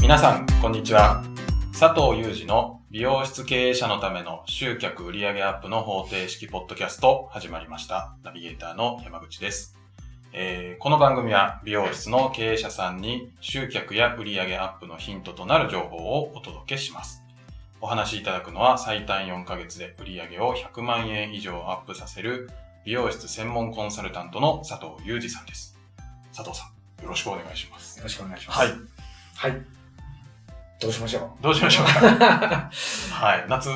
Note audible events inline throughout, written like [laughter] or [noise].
皆さん、こんにちは。佐藤祐二の美容室経営者のための集客売上アップの方程式ポッドキャスト始まりました。ナビゲーターの山口です。えーこの番組は美容室の経営者さんに集客や売上アップのヒントとなる情報をお届けします。お話しいただくのは最短4ヶ月で売上を100万円以上アップさせる美容室専門コンサルタントの佐藤祐二さんです。佐藤さん、よろしくお願いします。よろしくお願いします。はい。。はい。どうしましょどうしましょうか。うはい。夏、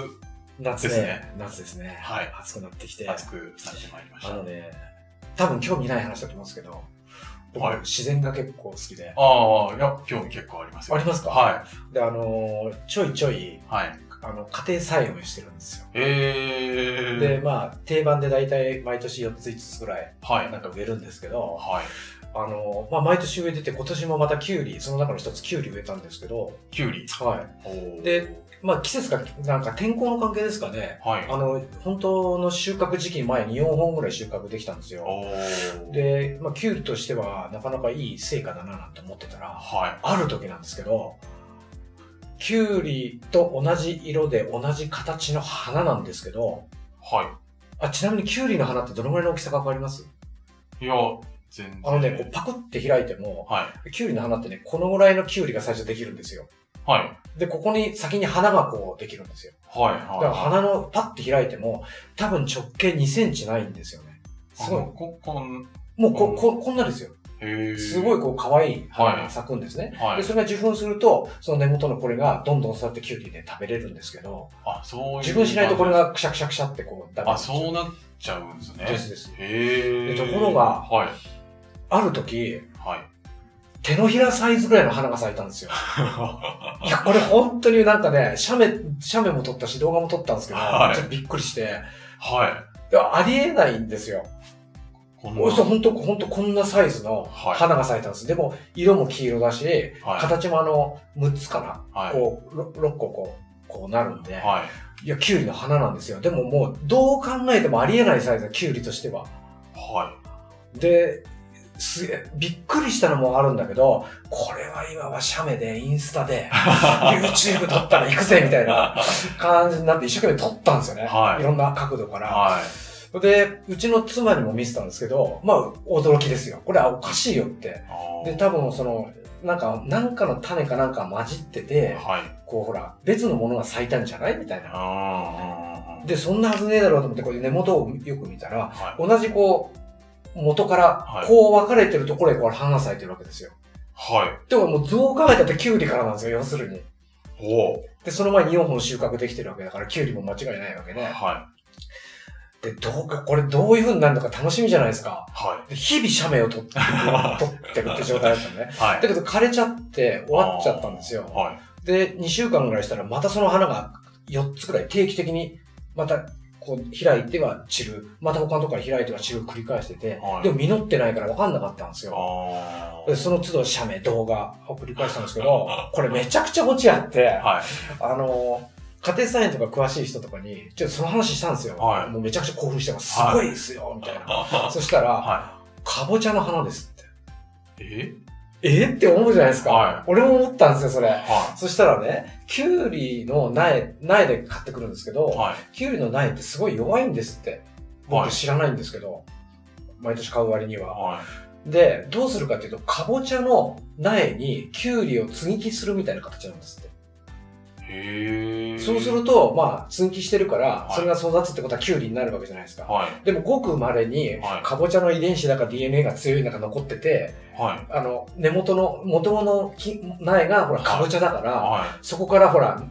夏ですねね。夏ですね。はい暑くなってきて。暑くなってまいりましあた。のね、多分興味ない話だと思うんですけど、僕、はい自然が結構好きで。ああ、いや、興味結構ありますよ。ありますかはで、あのー、ちょいちょいい。、はい。あの、家庭菜園をしてるんですよ。えー。で、まあ、定番で大体毎年4つ5つぐらい、はい。なんか植えるんですけど、はい。あのー、まあ、毎年植えてて、今年もまたキュウリ、その中の一つキュウリ植えたんですけど、キュウリ。はい。おーで、まあ、季節が、なんか天候の関係ですかね。はい。あの、本当の収穫時期の前に4本ぐらい収穫できたんですよ。おー、で、まあ、キュウリとしてはなかなかいい成果だななんて思ってたら、はある時なんですけど、キュウリと同じ色で同じ形の花なんですけど、い。はあ、ちなみにキュウリの花ってどのぐらいの大きさかわかりますい。いや、全然。あのね、こうパクって開いても、はい。キュウリの花ってね、このぐらいのキュウリが最初できるんですよ。はい。で、ここに先に花がこうできるんですよ。はい。だからは花のパッて開いても、多分直径2センチないんですよね。い。すごいあ。こ、こん、もうこ、うんこ、こんなですよ。へーすごいこう可愛い花が咲くんですね。はで、い。それが受粉すると、その根元のこれがどんどん育ってキュウリで食べれるんですけど、あ、そういう。受粉しないとこれ。がクシャクシャクシャってこうダメあ、そうななっちゃうんですね。ですです。へえ。でところがはい。ある時、はい。手のひらサイズぐらいの花が咲いたん [laughs] ですよ。いや、これ本当になんかね、写メ、写メも撮ったし、動画も撮ったんですけど、はいちょっとびっくりして、はいやありえないんですよ。い。こんおよそ本当、本当こんなサイズのはい花が咲いたんです。でも、色も黄色だし、はい形もあの、6つかな、はい。こう、ろ6個こう、こうなるんで、はい。い、や、キュウリの花なんですよ。でももう、どう考えてもありえないサイズだ、キュウリとしては。はで、すげえ、びっくりしたのもあるんだけど、これは今は写メで、インスタ [laughs] で、YouTube 撮ったら行くぜ、みたいな感じになって一生懸命撮ったんですよね。はいろんな角度から。い。はい。で、うちの妻にも見せたんですけど、まあ、驚きですよ。これはおかしいよって。で、多分その、なんか、なんかの種かなんか混じってて、はい。こうほら、別のものが咲いたんじゃないみたいな。あで、そんなはずねえだろうと思って、こう根元をよく見たら、あ。同じこう、元かはらい、こう分かれてるところへこう花が咲いてるわけですよ。はい。でももう図を考えたってキュウリからなんですよ、要するに。おお。で、その前に4本収穫できてるわけだから、キュウリも間違いないわけで。はい。で、どうか、これどういう風になるのか楽しみじゃないですか。はで日々写メを撮ってる、撮ってるって状態だったのね。い。はい。だけど枯れちゃって終わっちゃったんですよ。はい。で、2週間ぐらいしたらまたその花が4つぐらい定期的にまたこう開いては散る。また他のとこから開いては散る繰り返してて、はいでも実ってないから分かんなかったんですよ。あでその都度写メ、動画を繰り返したんですけ [laughs] ど、これめちゃくちゃ落ちあって、あ。はい。あの、家庭菜園とか詳しい人とかに、ちょっとその話したんですよ。はいもうめちゃくちゃ興奮してます。すはいごいですよ、みたいな。そしたら、はかぼちゃの花ですって。い。ええって思うじゃないですか。はい俺も思ったんですよ、それ。はそしたらね、キュウリの苗、苗で買ってくるんですけど、い。はい。キュウリの苗ってすごい弱いんですって。は僕い知らないんですけど、毎年買う割には。はで、どうするかっていうと、かぼちゃの苗にキュウリを接ぎ木するみたいな形なんですって。い。へえ。そうすると、まあ、接ぎ木してるからは、いそれが育つってことはキュウリになるわけじゃないですか。はい。でも、ごく稀に、はいかぼちゃの遺伝子だか DNA が強い中残ってて、はい。あの、根元の、元の木苗が、ほはら、いかぼちゃだから、はそこからほら、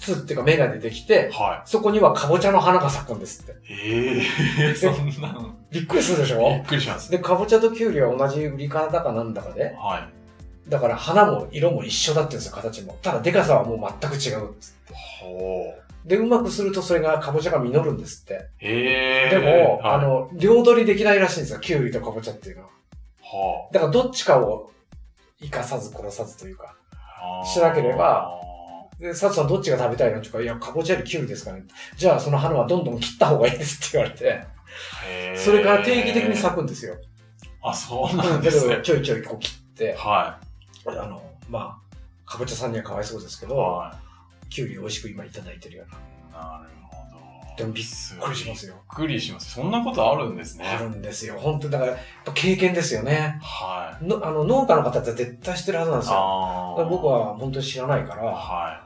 つっていうか芽が出てきてい。、はそこにはかぼちゃの花が咲くんですって。い。ええ。そんなの。びっくりするでしびょっくりします。で、かぼちゃときゅうりは同じ売り方かなんだかで、はだから花も色も一緒だって言うんですよ、形も。ただ、でかさはもう全く違うっつってい。。ほう。で、うまくするとそれがかぼちゃが実るんですって。ええ。でも、はいあ、の、両取りできないらしいんですよ、きゅうりとかぼちゃっていうのは。はだから、どっちかを生かさず殺さずというか。あしなければ、で、サツさんどっちが食べたいのとか、いや、かぼちゃよりキュウリですかね。じゃあ、その花はどんどん切った方がいいですって言われて、へえ。それから定期的に咲くんですよ。あ、そうだなんけですど、ね。ちょいちょいこう切って、はあの、まあ、かぼちゃさんにはかわいそうですけど、はきゅうり美味しく今いただいてるような。びい。なるほど。。でもびっっくりしますすよ。びっくりします。そんなことあるんですね。あるんですよ。本当にだから、やっぱ経験ですよね。はい。のあの農家の方だって絶対知ってるはずなんですよ。あだかあ。ら僕。は本当に知らないから、は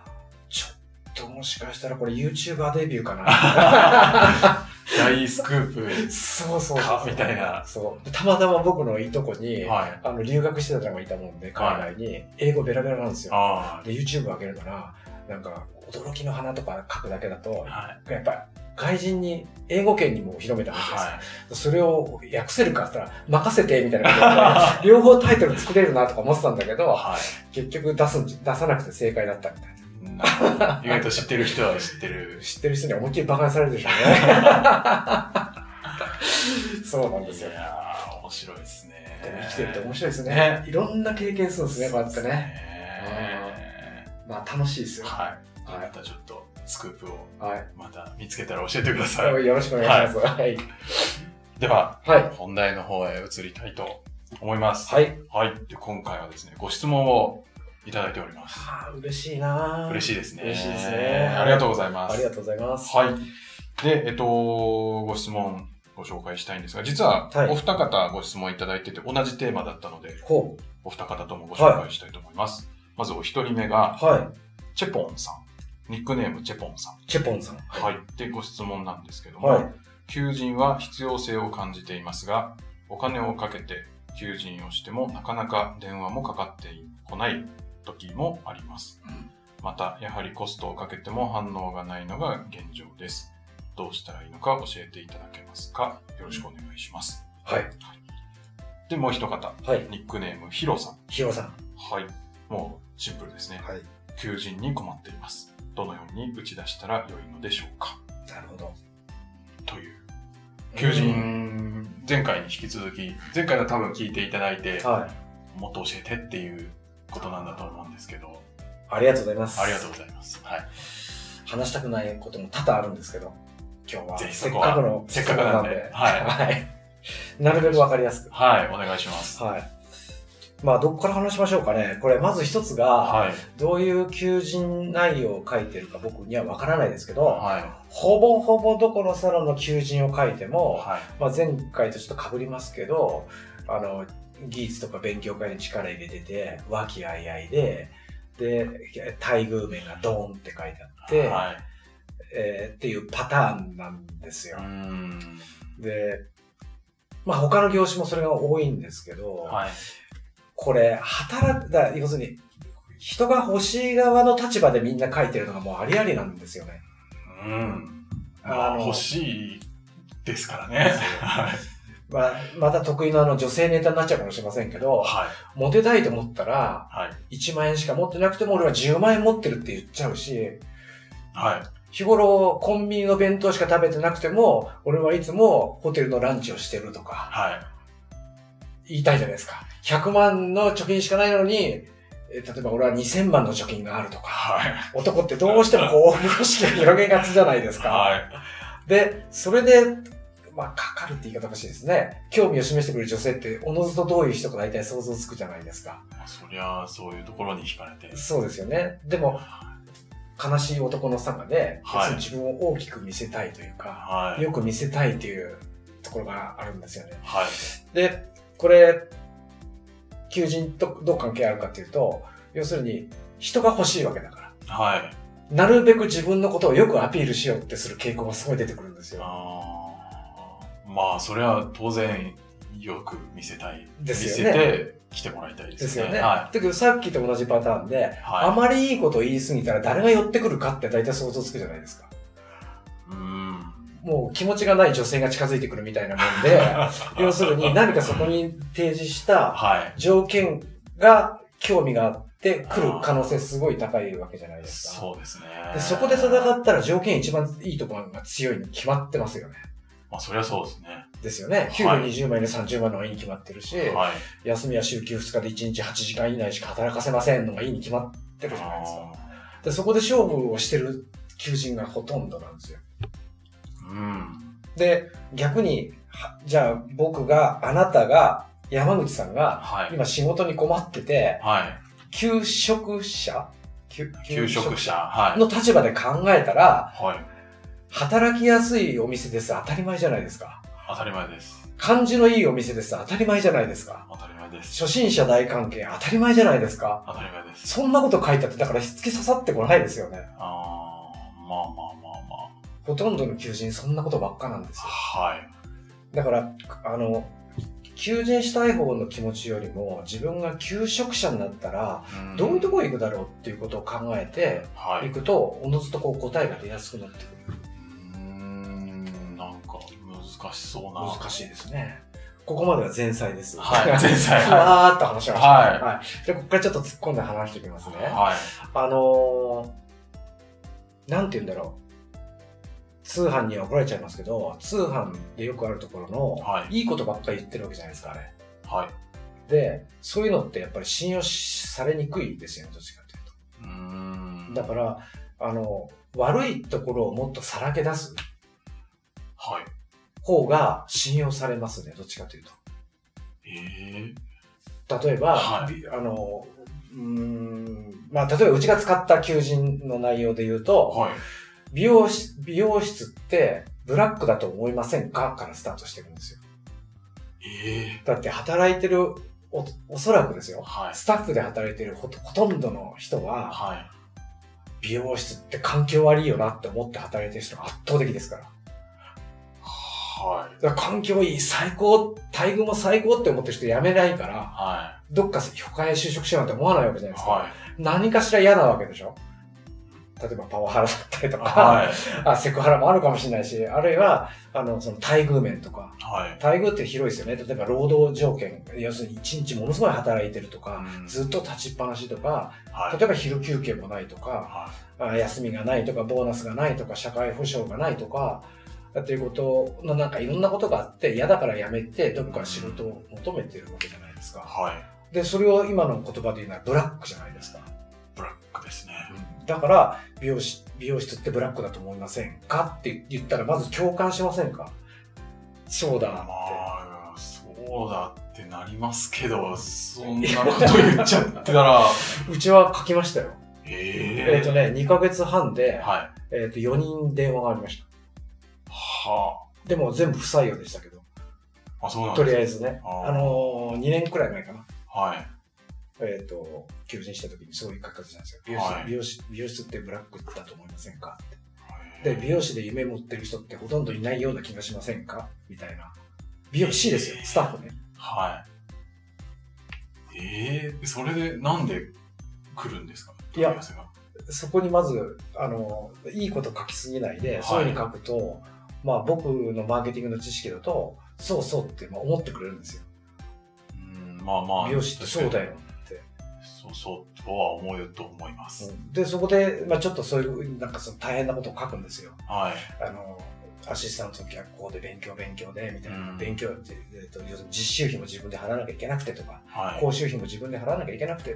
ちょっともしかしたらこれ YouTuber デビューかな。い。 [laughs] 大スクープ。そうそうそうかみたいなそう。でたまたま僕のいとこに、はい。あの留学してた方がいたもんで、海外に、英語ベラベラなんですよ。あで、YouTube 上げるなら、なんか、驚きの花とか書くだけだとあ。、はい。やっぱり、外人に、英語圏にも広めたわけですよはそれを訳せるかって言ったら、任せてみたいなこと [laughs] で、両方タイトル作れるなとか思ってたんだけい。ど、はい。結局出すんじ出さなくて正解だったみたいな。なるほど意外と知ってる人は知ってる。知ってる人に思いっきり馬鹿にされるでしょ [laughs] うね。そうなんですよい。やー、面白いですね。でも生きてるって面白いですね。ねいろんな経験するんですね、こうやってそうですね。ねまあ楽しいですよ。はい。じゃあはまいたちょっとスクープをはい。また見つけたら教えてください。よろしくお願いします。はい。では、はい。本題の方へ移りたいと思います。はい。はい。で今回はですね、ご質問をいただいております。はあ、嬉しいな嬉しい。いですね。嬉しいですねありがとうございます。ありがとうございます。はい。で、えっと、ご質問ご紹介したいんですが、実ははいお二方ご質問いただいてて、同じテーマだったので、ほう。お二方ともご紹介したいと思います。まずお一人目が、はチェポンさん。ニックネームチェポンさん。い。チェポンさん。はい。で、ご質問なんですけども、はい。求人は必要性を感じていますが、お金をかけて求人をしてもなかなか電話もかかってこない時もあります。うんまた、やはりコストをかけても反応がないのが現状です。どうしたらいいのか教えていただけますかよろしくお願いします。はい。で、もう一方、はい。ニックネームヒロさん。ヒロさん。はい。もうシンプルですね。はい。求人に困っています。どのように打ち出したら良いのでしょうかなるほど。という求。人、前回に引き続き、前回は多分聞いていただいて、はい。もっと教えてっていうことなんだと思うんですけど、ありがとうございます。ありがとうございます。はい。話したくないことも多々あるんですけど、今日は。ぜひせそっこはかくの。せっかくなんでははい。なるべくわかりやすく。はい、お願いします。はい。まあ、どこから話しましょうかね。これ、まず一つが、はい。どういう求人内容を書いてるか僕にはわからないですけど、はほぼほぼどこのサロンの求人を書いてい。も、はまあ、前回とちょっと被りますけど、あの、技術とか勉強会に力入れてて、和気あいあいで、で、待遇面がドーンって書いてあっい。て、はい。えーっていうパターンなんですようー。ん。で、まあ他の業種もそれが多いんですけど、はい。これ、働く、だ要するに、人が欲しい側の立場でみんな書いてるのがもうありありなんですよね。うん。あまあ、の欲しいですからね。はい。まあ、また得意のあの女性ネタになっちゃうかもしれませんけど、はい。モテたいと思ったら、はい。 1万円しか持ってなくても俺は10万円持ってるって言っちゃうし、はい。日頃コンビニの弁当しか食べてなくても、俺はいつもホテルのランチをしてるとか、はい。言いたいじゃないですか。100万の貯金しかないのに、え例えば俺は2000万の貯金があるとか、はい。男ってどうしてもこう、風呂敷が広げがちじゃないですか。はい。で、それで、まあ、かかるって言い方おかしいですね。興味を示してくれる女性って、おのずとどういう人か大体想像つくじゃないですか。まあそりゃあ、そういうところに惹かれて。そうですよね。でも、悲しい男のさがね、はい要するに自分を大きく見せたいというか、はい。よく見せたいというところがあるんですよね。はい。で、これ、求人とどう関係あるかっていうと、要するに、人が欲しいわけだから。はい。なるべく自分のことをよくアピールしようってする傾向がすごい出てくるんですよ。あーまあそれは当然よく見せたい、です見せよねて来てもらいたいでですすねよね。はだけどさっきと同じパターンで、い、あはまりいいことを言い過ぎたら誰が寄ってくるかって大体想像つくじゃないですか。い、うーんもう気持ちがない女性が近づいてくるみたいなもん [laughs] で、要するに何かそこに提示したはい条件が興味があって来る可能性すごい高いわけじゃないですか。そうですねでそこで戦ったら条件一番いいところが強いに決まってますよね。まあそりゃそうですねですよね。給料20万円で30万のがいいに決まってるし、はい休みは週休2日で1日8時間以内しか働かせませんのがいいに決まってるじゃないですか。あで、そこで勝負をしてる求人がほとんどなんですよ。ーうんで、逆に、はじゃあ僕が、あなたが、山口さんが、はい今仕事に困ってて、はい求職者求求職者。はい。の立場で考えたら、はい。働きやすいお店です。当たり前じゃないですか。当たり前です。感じのいいお店です。当たり前じゃないですか。当たり前です。初心者大関係、当たり前じゃないですか。当たり前です。そんなこと書いたって、だから、突き刺さってこないですよね。あー、まあまあまあまほとんどの求人、そんなことばっかなんですあ。よ。はい。だから、あの、求人したい方の気持ちよりも、自分が求職者になったら、んどういうところに行くだろうっていうことを考えて、はい。いうくと、おのずとこう答えが出やすくなってくる。ーん、なんか難しそうな。難しいですね。ここまでは前菜です。 [laughs] はい、前菜。ふはわーっと話しました。はいじゃあ、ここからちょっと突っ込んで話していきますね。い。はい。あのー、なんて言うんだろう。通販には怒られちゃいますけど、通販でよくあるところの、、はいいことばっかり言ってるわけじゃないですか、あれ。はい。で、そういうのってやっぱり信用されにくいですよね、どっちかといううーん。と。だから、あの、悪いところをもっとさらけ出すはい。方が信用されますね、どっちかというえと。例えば、はいびあの、うーん、まあ、例えばうちが使った求人の内容で言うとー、、はい。美容室、美容室ってブラックだと思いませんかからスタートしてるんですよ。えだって働いてる、お、おそらくですーよ。はい。スタッフで働いてるほとほとんどの人は、はい。美容室って環境悪いよなって思って働いてる人が圧倒的ですから。はい。だから環境いい、最高、待遇も最高って思ってる人辞めないから、はどっか他へ就職しようなんて思わないわけじゃい。ないですか。は何かしら嫌なわけでしょ例えばパワハラだったりとい。か、はい。あセクハラもあるかもしれないし、あるいは、あの、その待遇面とか、はい。待遇って広いですよね。例えば労働条件、要するに一日ものすごい働いてるとか、うんずっと立ちっぱなしとか、はい。例えば昼休憩もないとか、はあ休みがないとか、ボーナスがないとか、社会保障がないとか、っていうことのなんかいろんなことがあって、嫌だから辞めて、どこか仕事を求めてるわけじゃないですい。か。はい。で、それを今の言葉で言うのはブラックじゃないですか。ブラックですね。だから美容師、美容室ってブラックだと思いませんかって言ったら、まず共感しませんかそうだまっあ、そうだってなりますけど、そんなこと言っちゃってた [laughs] ら、て。うちは書きましたよ。えっ、えとね、2ヶ月半えで、はい。えっ、と、4人電話がありました。はでも全部不採用でしたけど、あ。あ、そうなんとですりあえずね。あーあのー、2年くらい前かな。はい。えっ、と、求人した時にそういう書き方したんですよ。美容師、はい美容師、美容室ってブラックだと思いませんかって。えで、ー美容師で夢持ってる人ってほとんどいないような気がしませんかみたいな。美容師ですよ、スタッフね。はい。ええそれでなんで来るんですかいや問合わせがそこにまず、あの、いいこと書きすぎないで、はいそういうふうに書くと、まあ僕のマーケティングの知識だと、そうそうってまあ思ってくれるんですよ。うん、まあまあ。美容師ってそうだ確よかって。に。そうそうとは思うと思います。うんで、そこで、まあちょっとそういう、なんかその大変なことを書くんですよ。はい。あの、アシスタントの逆行で勉強勉強で、みたいな。うん勉強って、えっと、要するに実習費も自分で払わなきゃいけなくてとか、はい。講習費も自分で払わなきゃいけなくて、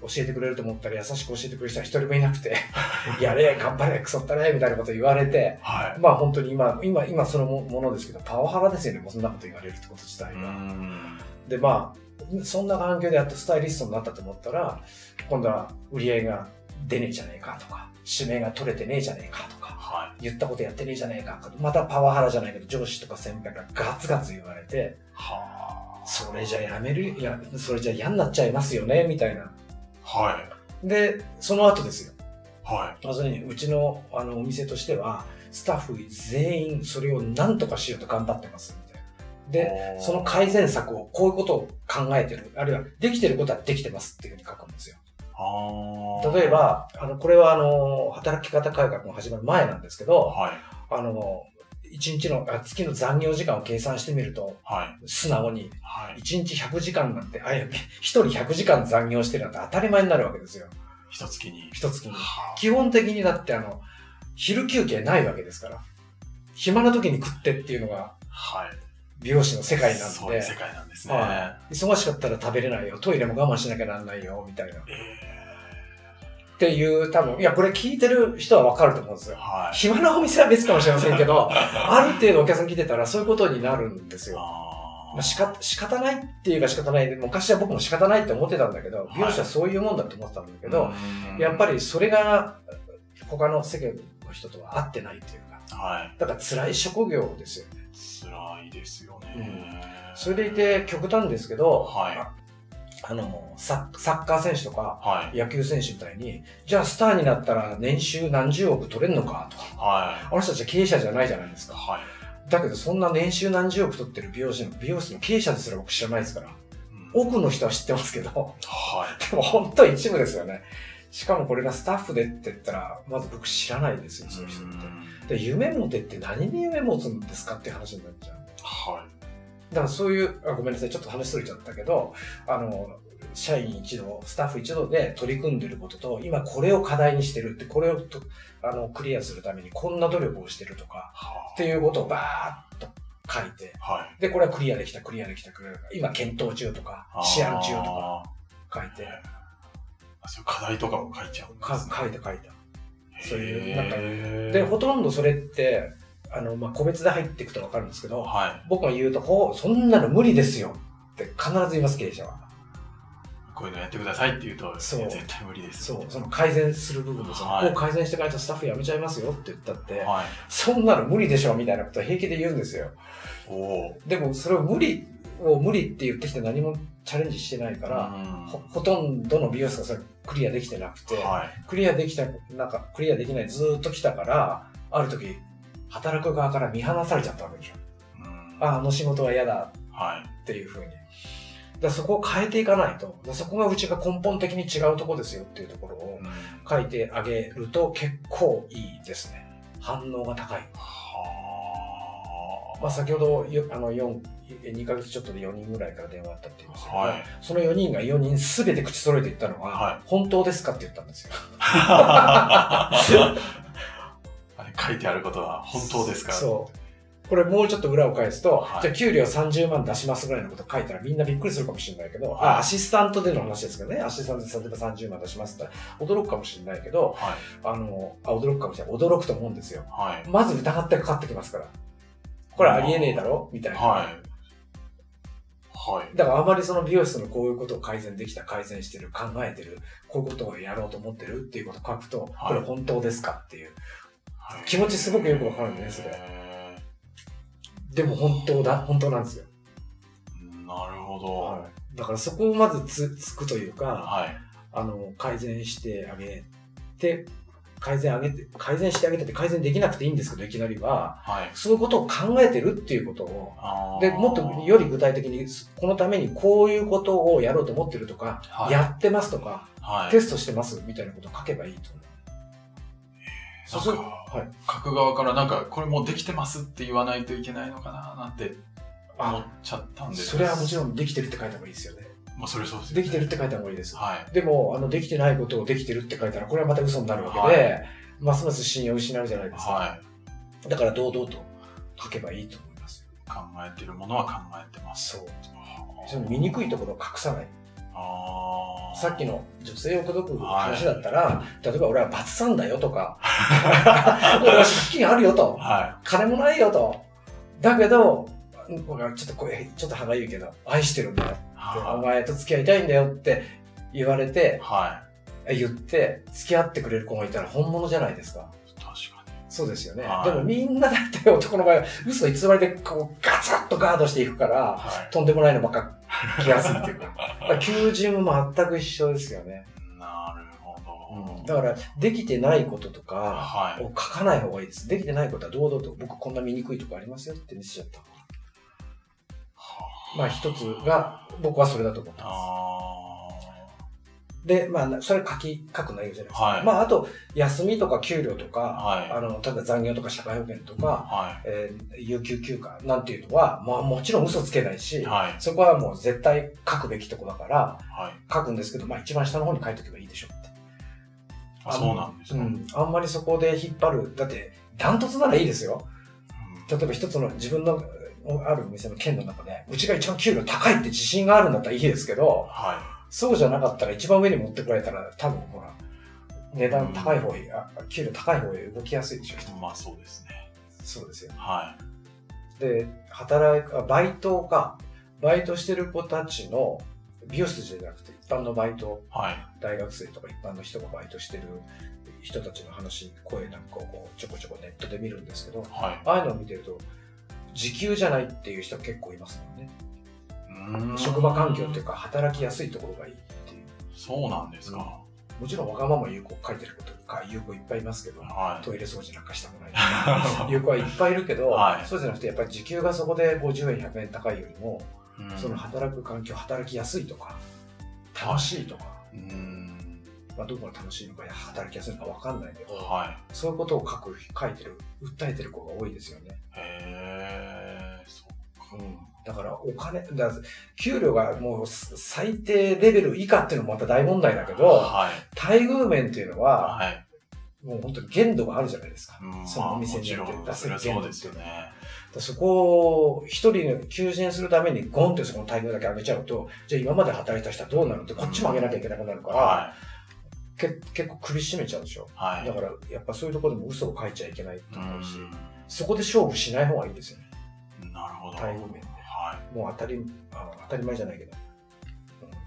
教えてくれると思ったら優しく教えてくれる人は一人もいなくて、 [laughs] やれ、頑張れ、クソったれ、みたいなこと言われて、はい。まあ本当に今、今、今そのもものですけど、パワハラですよね、もうそんなこと言われるってこと自体うが。ん。で、まあ、そんな環境でやっとスタイリストになったと思ったら、今度は売り上げが出ねえじゃねえかとか、指名が取れてねえじゃねえかとか、は言ったことやってねえじゃねえか、またパワハラじゃないけど、上司とか先輩からガツガツ言われて、い。はそれじゃやめる、いや、それじゃ嫌になっちゃいますよね、みたいな。あ。はい。で、その後ですよ。は要するに、うちのあのお店としては、スタッフ全員それを何とかしようと頑張ってます、みたいな。い。で、おーその改善策を、こういうことを考えてる、あるいはできてることはできてますっていうふうに書くんですよ。あー例え、ば、あの、これはあの、働き方改革の始まる前なんですけど、はい。あの、1日の、あ月の残業時間を計算してみると、はい。素直に、はい。 1日100時間なんて、あ、いや、1人100時間残業してるなんて当たり前になるわけですよ。一月に。一月に。は基本的にだってあの、昼休憩ないわけですから、暇な時に食ってっていうのがあはい。美容師の世界なんそういうで世、界なんですね。は忙しかったら食べれないよ、トイレも我慢しなきゃなんないよ、みたいな。っえていう、多分、いや、これ聞いてる人はわかると思うんですーよ。はい。 [laughs] 暇なお店は別かもしれませんけど、ある程度お客さん来てたらそういうことになるんですよ。あまあ、しか仕方ないって言えば仕方ないで、昔は僕も仕方ないって思ってたんだけど、美容師はそういうもんだと思ってたんだけど、やっぱりそれが他の世間の人とは合ってないというか、はだから辛い職業ですよね。い。辛いですよね。それでいて極端ですけど、はいあのサッ、サッカー選手とかはい。野球選手みたいに、じゃあスターになったら年収何十億取れんのかとか、はあの人たちは経営者じゃないじゃないですい。か。はい。だけどそんな年収何十億取ってる美容師の、美容室の経営者ですら僕知らないですから、多くの人は知ってますけど、 [laughs] はい。でも本当一部ですよね。しかもこれがスタッフでって言ったら、まず僕知らないですよ、そういう人って。で、夢持てって何に夢持つんですかっていう話になっちゃう。はだからそういう、あごめんなさい、ちょっと話しとれちゃったけど、あの、社員一同、スタッフ一同で取り組んでることと、今これを課題にしてるって、これをとあのクリアするためにこんな努力をしてるとか、っい。ていうことをバーッと書いて、はい。で、これはクリアできた、クリアできた、クリアできた、今検討中とか、試案中とか書いて、あ。そういう課題とかも書いちゃうんでかすね。書いた書いた。そういうなんかなんで、ほとんどそれって、あの、まあ、個別で入っていくとわかるんですけど、はい。僕が言うと、ほう、そんなの無理ですよって必ず言います、経営者は。こういうのやってくださいって言うと、そう絶対無理です。そう、その改善する部分ですよ。はいこう改善してくれたらスタッフ辞めちゃいますよって言ったって、はい。そんなの無理でしょみたいなことを平気で言うんですよ。おおー。でもそれを無理を無理って言ってきて何もチャレンジしてないから、うんほほとんどの美容室がそれクリアできてなくて、はい。クリアできた、なんかクリアできないずーっと来たから、ある時、働く側から見放されちゃったわけでしょ。うんああ、あの仕事は嫌だはい。っていうふうに。だからそこを変えていかないと、だからそこがうちが根本的に違うとこですよっていうところを、書いてあげると結構いいですね。反応が高い。はまあ、先ほどよあの4 2ヶ月ちょっとで4人ぐらいから電話あったって言いましたけど、はい [laughs] その4人が4人すべて口揃えて言ったのは、は本当ですかって言ったんですよ。あ。あれ書いてあることは [laughs] 本当ですかそう。これもうちょっと裏を返すと、はいじゃあ給料30万出しますぐらいのこと書いたらみんなびっくりするかもしれないけど、はいあアシスタントでの話ですけどね、アシスタントで例えば30万出しますって言ったら驚くかもしれないけど、はい。あの、あ驚くかもしれない。驚くと思うんですよ。はい。まず疑ってかかってきますから。これありえねえだろみたいな。はい。はい。だからあまりその美容室のこういうことを改善できた、改善してる、考えてる、こういうことをやろうと思ってるっていうことを書くと、はいこれ本当ですかっていう。気持ちすごくよくわかるんでねそれへでも本当だ、本当なんですよ。ーなるほど。だからそこをまずつつくというか、はい。あの、改善してあげて、改善あげて、改善してあげてって改善できなくていいんですけど、いきなりは、はい。そういうことを考えてるっていうことを、あーで、もっとより具体的に、このためにこういうことをやろうと思ってるとか、はいやってますとか、はい。テストしてますみたいなことを書けばいいと思う。なんそうか、はい書く側からなんか、これもうできてますって言わないといけないのかななんて思っあ、ちゃったんですそれはもちん。ろんできてるって書いた方がいいですよね。まあ、それそうですよねできてるって書いた方がいいです。はい。でも、あの、できてないことをできてるって書いたら、これはまた嘘になるわけで、はますます信用を失うじゃないですか。はい。だから、堂々と書けばいいと思いますよ。考えてるものは考えてます。そう。その醜いところを隠さない。あーさっきの女性を口説く話だったら、例えば俺はバツさんだよとか、 [laughs] 俺は借金あるよと。は金もないよと。だけど、僕はちょっと声、ちょっと歯がゆいけど、愛してるんだよってい。おは前と付き合いたいんだよって言われい。て、は言って、付き合ってくれる子がいたら本物じゃないですか。い。確かに。そうですよね。はいでもみんなだって男の場合は嘘偽りでこうガツッとガードしていくから、はい。とんでもないのばっか来やすいって [laughs] いうか。だから求人も全く一緒ですよね。なるほど。だから、できてないこととか、はいを。書かない方がいいです。できてないことは堂々と、僕こんな醜いとこありますよって見せちゃった方がまあ一つが、僕はそれだと思ってまあす。で、まあ、それ書き、書く内容じゃないですか。はいまあ、あと、休みとか給料とか、はいあの、ただ残業とか社会保険とーか、はえー有給休暇なんていうのは、まあもちろん嘘つけないし、い。はい。そこはもう絶対書くべきとこだから、はい。書くんですけど、まあ一番下の方に書いとけばいいでしょって。あそうなんですうね。ん。あんまりそこで引っ張る。だって、ダントツならいいですよ。うん例えば一つの自分のあるお店の県の中で、うちが一番給料高いって自信があるんだったらいいですけど、はそうじゃなかったら一番上に持ってこられたら多分ほら、値段高い方へ、あ給料高い方へ動きやすいでしょ。い。まあそうですね。そうですよ。はで、働く、あバイトか、バイトしてる子たちの、美容室じゃなくて一般のバイト、はい。大学生とか一般の人がバイトしてる人たちの話、声なんかをこうちょこちょこネットで見るんですけど、はい。ああいうのを見てると、時給じゃないっていう人結構いますもんね。うーん職場環境っていうか、働きやすいところがいいっていう。そうなんですか。もちろんわがまま有効書いてることとか、有効いっぱいいますけど、はい。トイレ掃除なんかしたくないとか。 [laughs] 有効はいっぱいいるけど、はいそうじゃなくて、やっぱり時給がそこで50円、100円高いよりも、うんその働く環境、働きやすいとか、楽しいとか、うーん。まあ、どこが楽しいのか、働きやすいのかわかんないけど、はい。そういうことを書く、書いてる、訴えてる子が多いですよね。へえ、そだからお金、だから給料がもう最低レベル以下っていうのもまた大問題だけう。ど、はい。待遇面っていうのは、はい。もう本当に限度があるじゃないですか。うんそのお店にまよっあてもちろ出ん、そせれるは限そ度うでっていうすよね。だからそこを一人求人するためにゴンってそこの待遇だけ上げちゃうと、じゃあ今まで働いた人はどうなるってこっちも上げなきゃいけなくなるから、はけ結構苦しめちゃうでしょい。。はい。だからやっぱそういうところでも嘘を書いちゃいけないとう思うし、んそこで勝負しない方がいいですよね。なるほど。待遇面で。はもう当たり、あの当たり前じゃないけど、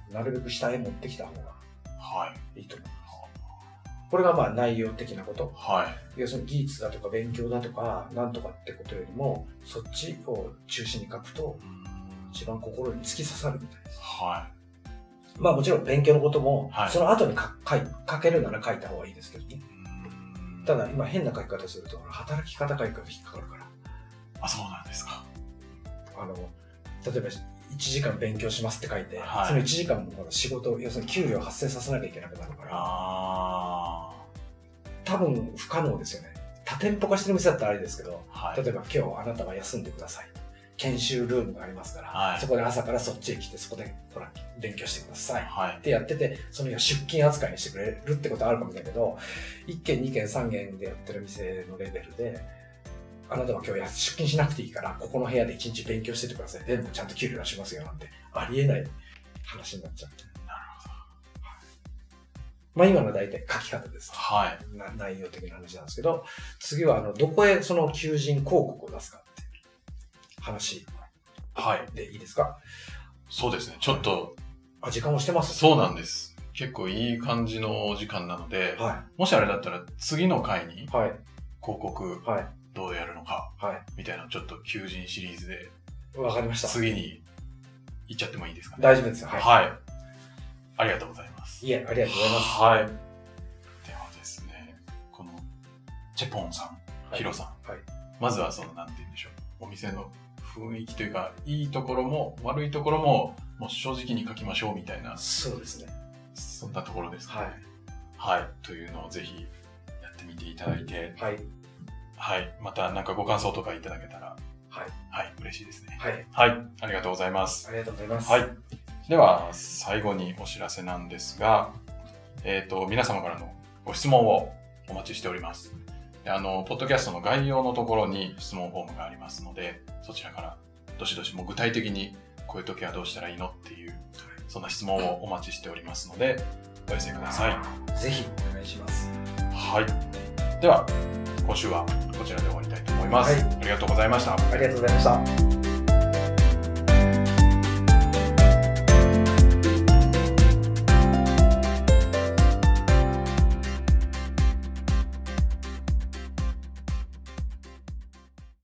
うんなるべく下へ持ってきた方がい。はい。いいと思います。これがまあ内容的なこと。はい。要するに技術だとか勉強だとか、なんとかってことよりも、そっちを中心に書くと、うん一番心に突き刺さるみたいです。はまあもちろん勉強のことも、はいその後にか書い書けるなら書いた方がいいですけどねい。。うんただ、今変な書き方すると、働き方書き方引っかかるから、あ、そうなんですか。あの、例えば1時間勉強しますって書いて、はいその1時間もほら仕事、要するに給料発生させなきゃいけなくなるから、あ多分不可能ですよね。多店舗化してる店だったらあれですけど、あ。はい。例えば今日あなたは休んでください。研修ルームがありますから、はいそこで朝からそっちへ来て、そこでほら、勉強してください。はいっ。てやってて、その日は出勤扱いにしてくれるってことはあるかもだけど、1軒、2軒、3軒でやってる店のレベルで、あなたは今日出勤しなくていいから、ここの部屋で1日勉強しててください。でもちゃんと給料出しますよなんて、ありえない話になっちゃう。なるまあ今の大体書き方です。はい。な内容的な話なんですけど、次はあの、どこへその求人広告を出すかっていう話はい。でいいですかそうですね。ちょっと、あ、時間をしてますそうなんです。結構いい感じのお時間なので、はもしあれだったら次の回にい。はい。広告はい。どうやるのかはみたいなちょっと求人シリーズでい。わかりました。次に行っちゃってもいいですかね。大丈夫ですよ。はい。はい。ありがとうございます。いえ、ありがとうございます。はい。ではですね、この、チェポンさん、はいヒロさん、はいまずはその、なんて言うんでしょう、お店の雰囲気というか、いいところも悪いところも、もう正直に書きましょうみたいな、そうですね。そんなところですか、ははい。というのをぜひやってみていただいて、い。はい。はい。またなんかご感想とかいただけたら、はい。はい、嬉しいですね。はい。はい。ありがとうございます。ありがとうございます。はい。。では、最後にお知らせなんですが、えっ、と、皆様からのご質問をお待ちしております。であの、ポッドキャストの概要のところに質問フォームがありますので、そちらからどしどしもう具体的にこういう時はどうしたらいいのっていう、そんな質問をお待ちしておりますので、お寄せください。ぜひお願いします。はい。では、今週はこちらで終わりたいと思います。はいありがとうございました。ありがとうございました。